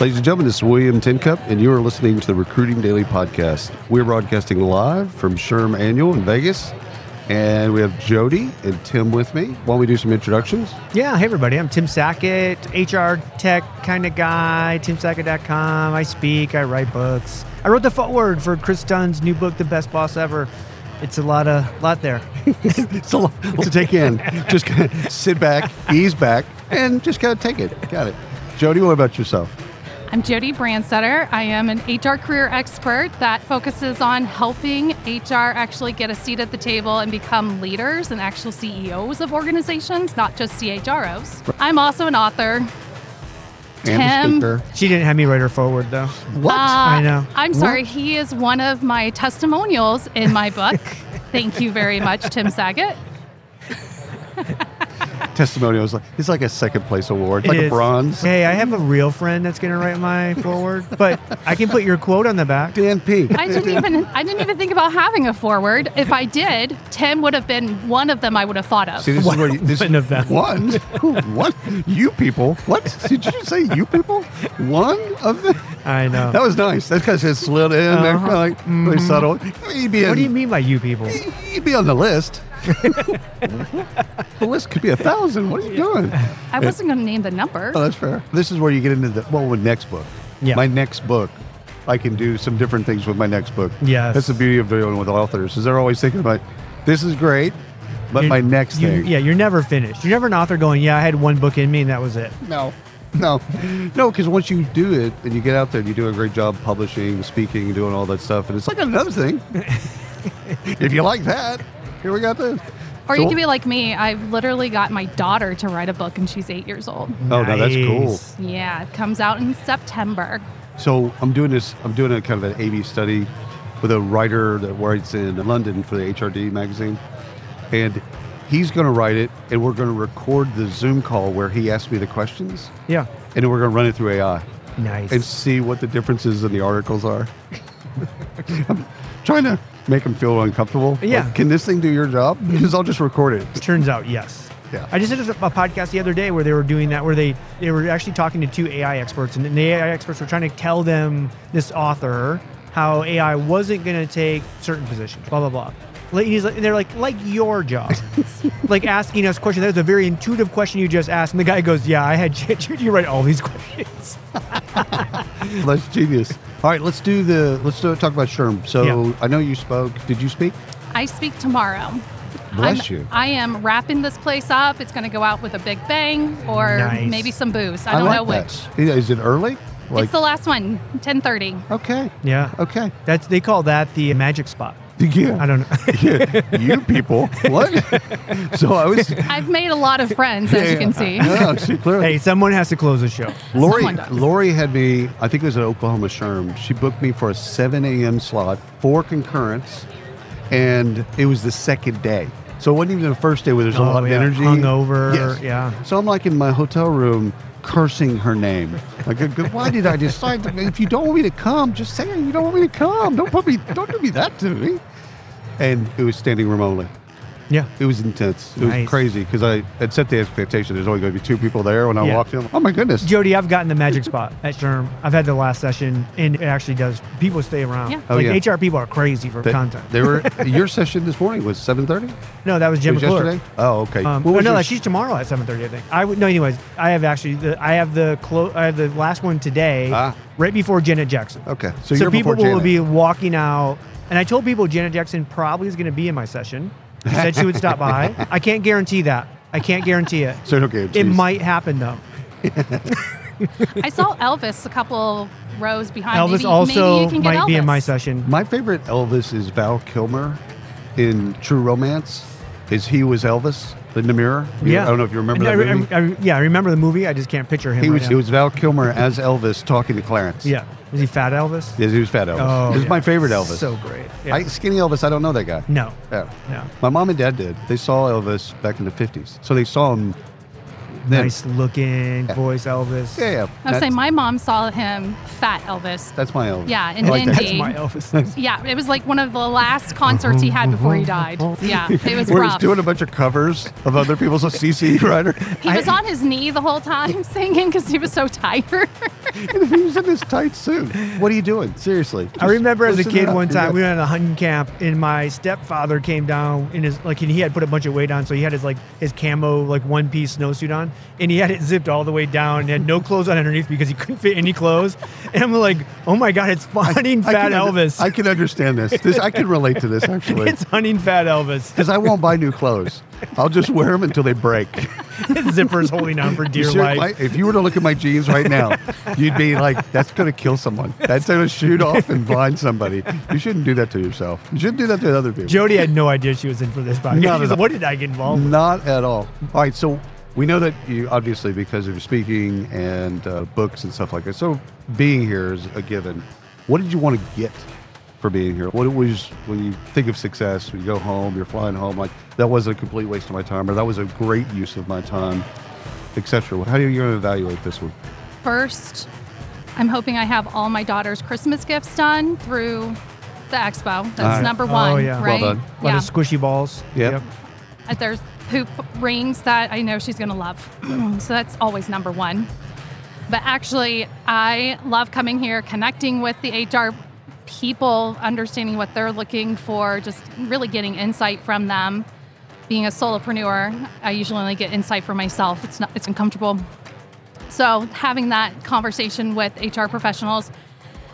Ladies and gentlemen, this is William Tincup, and you are listening to the Recruiting Daily Podcast. We're broadcasting live from Sherm Annual in Vegas, and we have Jody and Tim with me. While we do some introductions, Yeah, hey everybody. I'm Tim Sackett, HR tech kind of guy, timsackett.com. I speak, I write books. I wrote the foreword for Chris Dunn's new book, The Best Boss Ever. It's a lot of lot there. it's a lot to take in. Just kind of sit back, ease back, and just kind of take it. Got it. Jody, what about yourself? I'm Jody Brandsetter. I am an HR career expert that focuses on helping HR actually get a seat at the table and become leaders and actual CEOs of organizations, not just CHROs. I'm also an author. And Tim. Ah. a speaker. She didn't have me write her foreword though. What? I know. Uh, I'm sorry. He is one of my testimonials in my book. Thank you very much, Tim Sackett. Testimonials. It's like a second place award, like It a is- bronze. Hey, I have a real friend that's gonna write my foreword, but I can put your quote on the back. Dan P. I didn't even I didn't even think about having a forward. If I did, Tim would have been one of them I would have thought of. See, this is where you, this Wouldn't have been. one, what you people? What did you say? You people? One of them? I know. That was nice. That kind of just slid in there, kinda like really subtle. I mean, He'd be in, Uh-huh. Mm-hmm. what do you mean by you people? He'd be on the list. the list could be a thousand. What are you doing? I wasn't going to name the number. Oh, that's fair. This is where you get into the well with next book. Yeah. My next book. I can do some different things with my next book. Yes. That's the beauty of dealing with authors is they're always thinking about this is great, but You're- my next you- thing. Yeah, you're never finished. You're never an author going, Yeah, I had one book in me and that was it. No. No. No, because once you do it and you get out there and you do a great job publishing, speaking, doing all that stuff, and it's like another thing. if you like that, here we got this. Or you So- could be like me. I literally got my daughter to write a book and she's eight years old. Oh, no, that's cool. Nice. Yeah, it comes out in September. So I'm doing this. I'm doing a kind of an AV study with a writer that writes in London for the HRD magazine, and he's going to write it, and we're going to record the Zoom call where he asked me the questions, Yeah. and then we're going to run it through AI Nice. and see what the differences in the articles are. I'm trying to make him feel uncomfortable. Like, Yeah. Can this thing do your job? Because I'll just record it. Turns out, yes. Yeah. I just did a a podcast the other day where they were doing that, where they they were actually talking to two AI experts, and the AI experts were trying to tell them this author how AI wasn't going to take certain positions, blah blah blah. Like, he's like- and they're like, like your job, like asking us questions. That was a very intuitive question you just asked, and the guy goes, "Yeah, I had you write all these questions." That's genius. All right, let's do the let's do, talk about Sherm. So Yeah. I know you spoke. Did you speak? I speak tomorrow. Bless I'm- you. I am wrapping this place up. It's going to go out with a big bang or Nice. maybe some booze. I don't know like which. that. Yeah, Is it early? Like it's the last one, 1030. okay, Yeah, okay. that's they call that the magic spot. Yeah, I don't know. Yeah. you people. What? so I was. I've made a lot of friends, as you can see. No, she clearly. hey, someone has to close the show. Lori, Someone does. Lori had me, I think it was at Oklahoma Sherm. She booked me for a 7 a.m. slot, four concurrents, and it was the second day. So it wasn't even the first day where there's a Oh, lot of yeah. energy. Hungover, yeah. So I'm like in my hotel room cursing her name. Like, "Good- good- why did I decide? To, if you don't want me to come, just say you don't want me to come. Don't put me, don't do me that to me. And it was standing room only. Yeah. It was intense. It was Nice. crazy because I had set the expectation there's only going to be two people there when I Yeah. walked in. Oh my goodness. Jody, I've gotten the magic spot at Sherm. I've had the last session, and it actually does. People stay around. Yeah. Oh, like yeah. HR people are crazy for They- content. They were your session this morning was seven thirty. no, that was Jim Was McClure. yesterday? Oh, okay. Um, What oh, was no, your- like she's tomorrow at seven thirty. I think. I would no. Anyways, I have actually. The, I have the clo- I have the last one today, Ah. right before Janet Jackson. okay, so, So, you're people before will Janet. be walking out, and I told people Janet Jackson probably is going to be in my session. She said she would stop by. I can't guarantee that. I can't guarantee it. So okay, it geez. might happen though. I saw Elvis a couple rows behind. Elvis Uh, maybe, also maybe you can get might be in Elvis. my session. My favorite Elvis is Val Kilmer in True Romance. Is he was Elvis in the mirror? You- I don't know if you remember I, that I- movie. I- I- yeah, I remember the movie. I just can't picture him. he right was now. it was Val Kilmer as Elvis talking to Clarence. Yeah. Was he Fat Elvis? yes, he was fat Elvis. Oh, this is yeah. my favorite Elvis. So great. Yeah. I, skinny Elvis. I don't know that guy. no. Yeah. No. My mom and dad did. They saw Elvis back in the fifties, so they saw him. Then. Nice looking voice, Elvis. Yeah, yeah. I was That's- saying my mom saw him, fat Elvis. That's my Elvis. Yeah, in I like that. That's Indy. my Elvis. Yeah, it was like one of the last concerts he had before he died. Yeah, it was We're rough. just doing a bunch of covers of other people's CC Rider. He was on his knee the whole time singing because he was so tired. and if he was in this tight suit, what are you doing? Seriously. I just remember as a loosen it kid up. one You're time good. we were at a hunting camp and my stepfather came down in his like and he had put a bunch of weight on so he had his like his camo like one piece snowsuit on and he had it zipped all the way down and had no clothes on underneath because he couldn't fit any clothes and I'm like oh my god it's hunting fat can under- Elvis I can understand this. this. I can relate to this actually. it's hunting fat Elvis Because I won't buy new clothes. I'll just wear them until they break. his zipper's holding on for dear You sure- life my- if you were to look at my jeans right now, you'd be like, that's going to kill someone. That's going to shoot off and blind somebody. You shouldn't do that to yourself. You shouldn't do that to other people. Jody had no idea she was in for this podcast Not at She's like, all. what did I get involved with Not at all. All right, so we know that you obviously because of your speaking and uh, books and stuff like that. So being here is a given. What did you want to get for being here? What was when you think of success, when you go home, you're flying home, like that was a complete waste of my time, or that was a great use of my time, etc. How do you going to evaluate this one? First, I'm hoping I have all my daughter's Christmas gifts done through the expo. That's All right. number Oh, one, yeah. Well right? done. a lot Yeah. of squishy balls Yep. Uh, There's hoop rings that I know she's going to love. so that's always number one. But actually, I love coming here, connecting with the HR people, understanding what they're looking for, just really getting insight from them. Being a solopreneur, I usually only get insight for myself. It's not it's uncomfortable. So having that conversation with HR professionals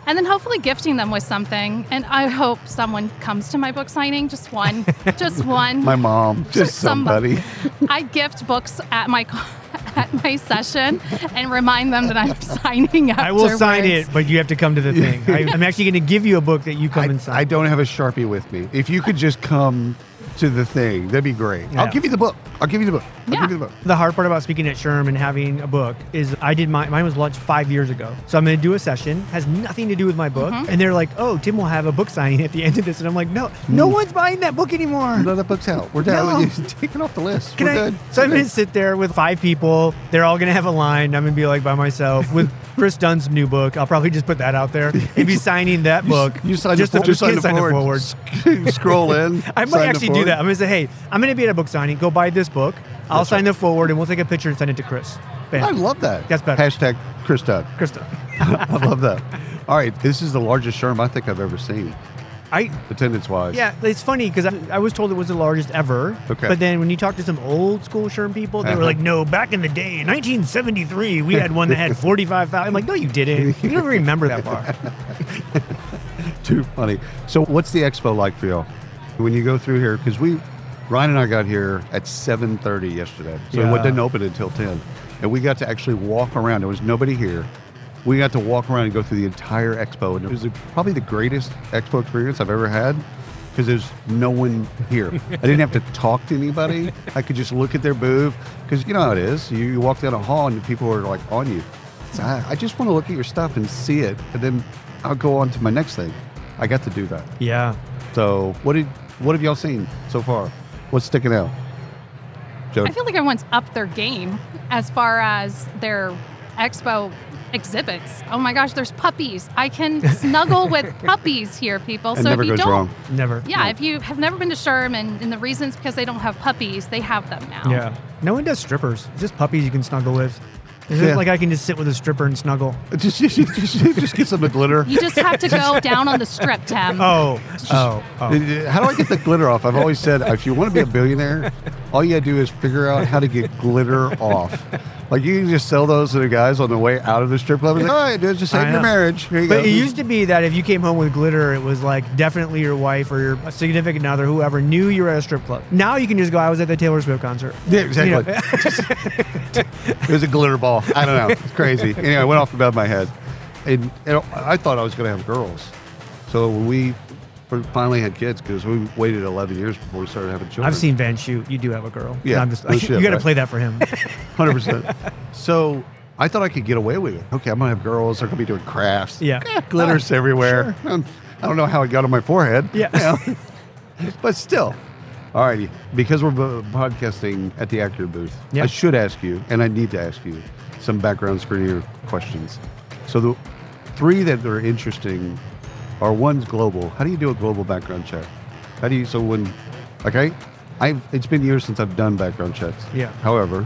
and then hopefully gifting them with something. And I hope someone comes to my book signing, just one, just one. My mom, just Somebody. somebody. I gift books at my at my session and remind them that I'm signing up. I will sign it, but you have to come to the thing. I, I'm actually going to give you a book that you come I, and sign. I don't have a sharpie with me. If you could just come to the thing, that'd be great. Yeah. I'll give you the book. I'll give you the book. I'll Yeah. give you the book. The hard part about speaking at Sherm and having a book is I did my mine was launched five years ago. So I'm going to do a session has nothing to do with my book, and they're like, "Oh, Tim will have a book signing at the end of this," and I'm like, "No, no Hmm. one's buying that book anymore." No, that book's out. We're down. No. Take it off the list. Can We're I, good. so I'm We're going to sit there with five people. They're all going to have a line. I'm going to be like by myself with Chris Dunn's new book. I'll probably just put that out there and be signing that book. You sign just the, to for- you sign get the signed forward. forward. S- Scroll in. I sign might the actually do forward. that. I'm gonna say, hey, I'm gonna be at a book signing. Go buy this book. I'll That's sign the forward, and we'll take a picture and send it to Chris. Bam. I love that. That's better. Hashtag Chris Dodd. Krista. I love that. All right. This is the largest sherm I think I've ever seen, I attendance wise. yeah, it's funny because I, I was told it was the largest ever. Okay. But then when you talk to some old school Sherm people, they were Uh-huh. like, no, back in the day, 1973, we had one that had 45,000. I'm like, no, you didn't. You don't even remember that far. Too funny. So, what's the expo like for y'all when you go through here? Because we, Ryan and I got here at 7:30 yesterday, so Yeah. it didn't open until 10, and we got to actually walk around. There was nobody here. We got to walk around and go through the entire expo, and it was probably the greatest expo experience I've ever had. Because there's no one here. I didn't have to talk to anybody. I could just look at their booth. Because you know how it is. You, you walk down a hall and people are like on you. So I, I just want to look at your stuff and see it, and then I'll go on to my next thing. I got to do that. Yeah. So what did what have y'all seen so far? What's sticking out? Joe, I feel like everyone's up their game as far as their expo exhibits. Oh my gosh, there's puppies. I can snuggle with puppies here, people. it so never if you goes don't wrong. Never. Yeah, if you have never been to Sherman and the reasons because they don't have puppies, they have them now. Yeah. No one does strippers. Just puppies you can snuggle with. It's just Yeah. like I can just sit with a stripper and snuggle. Just, just, just, just get some of the glitter. You just have to go down on the strip, Tim. Oh. Oh. Oh. How do I get the glitter off? I've always said if you want to be a billionaire, all you gotta do is figure out how to get glitter off. Like you can just sell those to the guys on the way out of the strip club. Like, all right, dude, just I save your know. marriage. Here you But go. it used to be that if you came home with glitter, it was like definitely your wife or your significant other, whoever knew you were at a strip club. Now you can just go, I was at the Taylor Swift concert. Yeah, You know, exactly. it was a glitter ball. I don't know. It's crazy. Anyway, it went off the top of my head. And, and I thought I was going to have girls. So when we finally had kids, because we waited 11 years before we started having children. I've seen Van Shoot. You do have a girl. Yeah, No, I'm just, no shit, you got to right? play that for him. 100%. so I thought I could get away with it. Okay, I'm going to have girls. They're going to be doing crafts. Yeah. Uh, Eh, glitters everywhere. Um, I don't know how it got on my forehead. Yeah. You know? but still. Alrighty, because we're bo- podcasting at the actor booth, Yeah. I should ask you, and I need to ask you, some background screener questions. So the three that are interesting are one's global. How do you do a global background check? How do you so when okay? I've it's been years since I've done background checks. Yeah. However,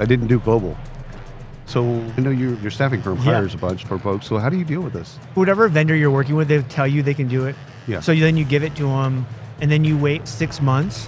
I didn't do global. So I know your, your staffing firm Yeah. hires a bunch for folks. So how do you deal with this? whatever vendor you're working with, they tell you they can do it. Yeah. So then you give it to them, and then you wait six months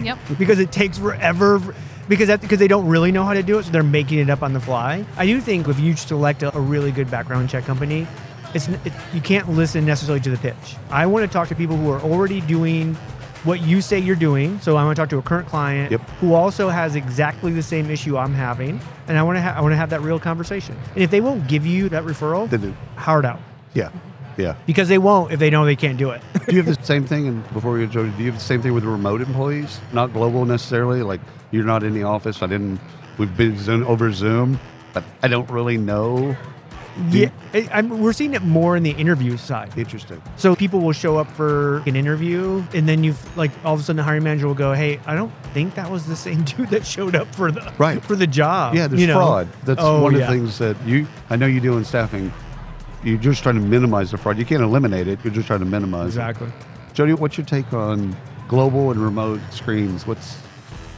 Yep. because it takes forever. Because that, because they don't really know how to do it, so they're making it up on the fly. I do think if you select a, a really good background check company, it's n- it, you can't listen necessarily to the pitch. I want to talk to people who are already doing what you say you're doing. So I want to talk to a current client Yep. who also has exactly the same issue I'm having, and I want to ha- I want to have that real conversation. And if they won't give you that referral, Then it- hard out Yeah. Yeah. because they won't if they know they can't do it. do you have the same thing? And before we go, do you have the same thing with remote employees? Not global necessarily. Like you're not in the office. I didn't. We've been Zoom over Zoom, but I don't really know. Do you- yeah, I, I'm, we're seeing it more in the interview side. Interesting. So people will show up for an interview, and then you've like all of a sudden the hiring manager will go, "Hey, I don't think that was the same dude that showed up for the Right. for the job." Yeah, there's you know? fraud. That's Oh, one of yeah. the things that you. I know you do in staffing. You're just trying to minimize the fraud. You can't eliminate it. You're just trying to minimize. Exactly. It. Jody, what's your take on global and remote screens? What's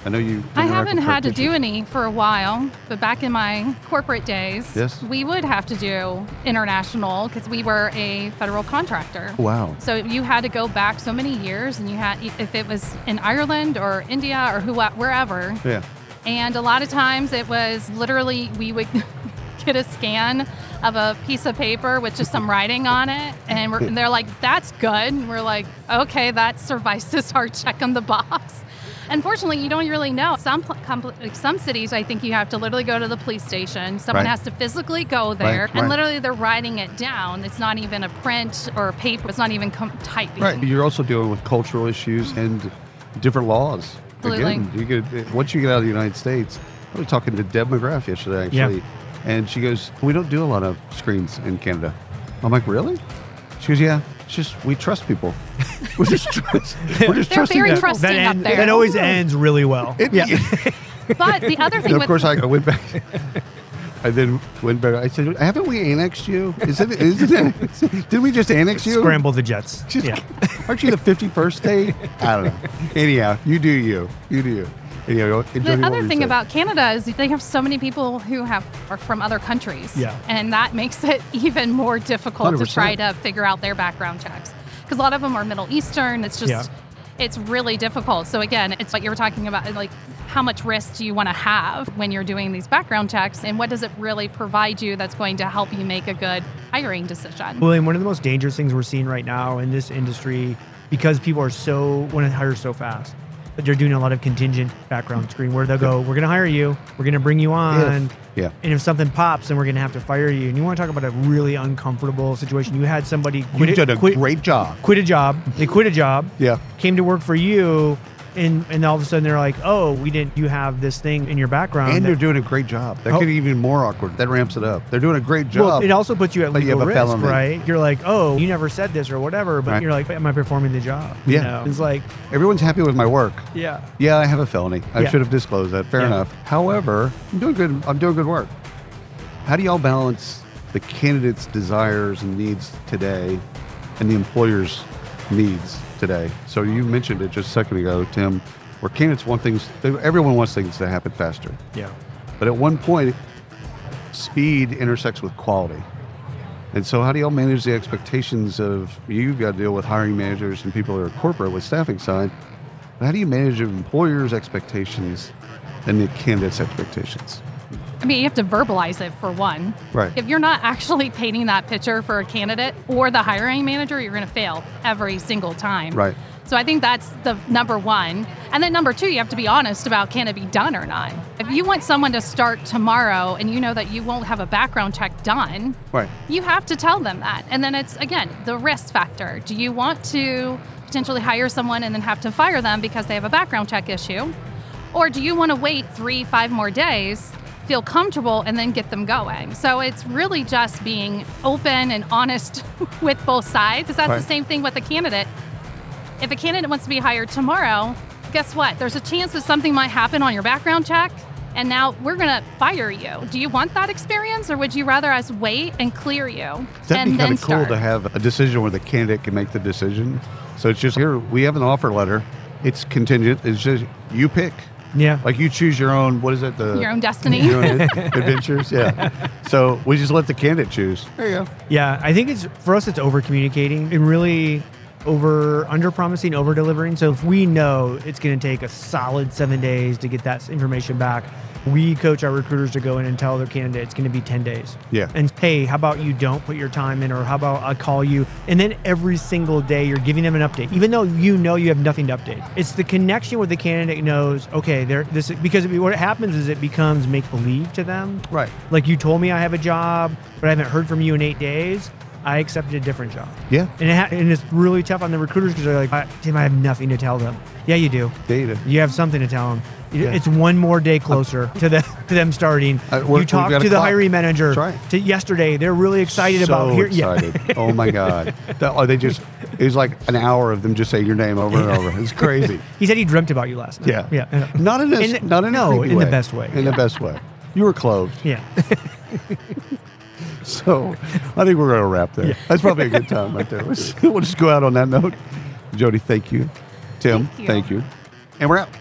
I know you. I interact haven't with had to do practitioners. any for a while, but back in my corporate days, Yes. we would have to do international because we were a federal contractor. Wow. So you had to go back so many years, and you had if it was in Ireland or India or who wherever. Yeah. And a lot of times it was literally we would get a scan of a piece of paper with just some writing on it, and, we're, and they're like, "That's good." And we're like, "Okay, that suffices our check on the box." Unfortunately, you don't really know. Some pl- com- like some cities, I think you have to literally go to the police station. Someone Right. has to physically go there, Right, and right. literally they're writing it down. It's not even a print or a paper. It's not even com- typing. Right. You're also dealing with cultural issues and different laws. Mm. Absolutely. Again, you get once you get out of the United States. I was talking to Deb McGrath yesterday, Yeah. actually, and she goes, "We don't do a lot of screens in Canada." I'm like, "Really?" She goes, "Yeah. It's just we trust people. We're just trust. We're just They're trusting very people." trust- Trusting that, up there. that always ends really well. It- yeah. But the other thing And of with course, I went back. I then went back. I said, "Haven't we annexed you? Is it? Is it? Did we just annex you? Scramble the jets. Just- Yeah. Aren't you the 51st state? I don't know. Anyhow, you do you. You do you. Anyhow, enjoy The what other we thing said. about Canada is they have so many people who have are from other countries. Yeah. And that makes it even more difficult to 100%. try to figure out their background checks. Because a lot of them are Middle Eastern. It's just Yeah. it's really difficult. So again, it's what you were talking about like how much risk do you want to have when you're doing these background checks and what does it really provide you that's going to help you make a good hiring decision? William, one of the most dangerous things we're seeing right now in this industry, because people are so want to hire so fast, that they're doing a lot of contingent background screen where they'll go, "We're going to hire you, we're going to bring you on, yeah. and if something pops, then we're going to have to fire you." And you want to talk about a really uncomfortable situation? You had somebody quit, you did a quit, great job. quit a job, they quit a job, Yeah. came to work for you, and and all of a sudden they're like, "Oh, we didn't. You have this thing in your background." And that- they're doing a great job. That Oh. could be even more awkward. That ramps it up. They're doing a great job. Well, it also puts you at But you legal have a risk, felony. right? You're like, oh, you never said this or whatever, but Right. you're like, am I performing the job? You Yeah. know? it's like, Everyone's happy with my work. yeah, Yeah, I have a felony. I Yeah. should have disclosed that. Fair Yeah. enough. However, I'm doing good. I'm doing good work. How do y'all balance the candidates' desires and needs today, and the employer's needs today? So you mentioned it just a second ago, Tim, where candidates want things. they- Everyone wants things to happen faster, yeah, but at one point, speed intersects with quality. And so, how do y'all manage the expectations of you've got to deal with hiring managers and people that are corporate with staffing side? But how do you manage your employers' expectations and the candidates' expectations? I mean, you have to verbalize it for one. Right. If you're not actually painting that picture for a candidate or the hiring manager, you're going to fail every single time. Right. So I think that's the number one. And then number two, you have to be honest about can it be done or not. If you want someone to start tomorrow and you know that you won't have a background check done, Right. you have to tell them that. And then it's, again, the risk factor. Do you want to potentially hire someone and then have to fire them because they have a background check issue? Or do you want to wait three, five more days, feel comfortable, and then get them going? So it's really just being open and honest with both sides. 'cause that's Right. the same thing with the candidate. If a candidate wants to be hired tomorrow, guess what? There's a chance that something might happen on your background check, and now we're going to fire you. Do you want that experience, or would you rather us wait and clear you That'd and be then kind of cool start? to have a decision where the candidate can make the decision. So it's just here we have an offer letter. It's contingent. It's just you pick. Yeah. Like you choose your own. What is it? The Your own destiny. Your own ad- adventures. Yeah. So we just let the candidate choose. There you go. Yeah, I think it's for us. It's over communicating and really over under promising, over delivering. So if we know it's going to take a solid seven days to get that information back, we coach our recruiters to go in and tell their candidate it's going to be ten days. Yeah. And hey, how about you don't put your time in, or how about I call you? And then every single day you're giving them an update, even though you know you have nothing to update. It's the connection where the candidate knows, okay, there this because what happens is it becomes make believe to them. Right. Like you told me I have a job, but I haven't heard from you in eight days. I accepted a different job. Yeah. And, it ha- and it's really tough on the recruiters because they're like, I, Tim, I have nothing to tell them. Yeah, you do. Data. You have something to tell them. Yeah. It's one more day closer to the to them starting. Uh, we're- you talked we've got to a the clock. hiring manager That's right. to yesterday. They're really so excited about here. Excited. Oh my God. That, oh, they just. It was like an hour of them just saying your name over and over. It's crazy. Yeah. He said he dreamt about you last night. Yeah. uh, Yeah. Not in a, In the- not in a no, creepy in the way. best way. In the best way. You were closed. Yeah. So I think we're going to wrap there. That's probably a good time right there. We'll just- we'll just go out on that note. Jody, thank you. Tim, Thank you. thank you. And we're out.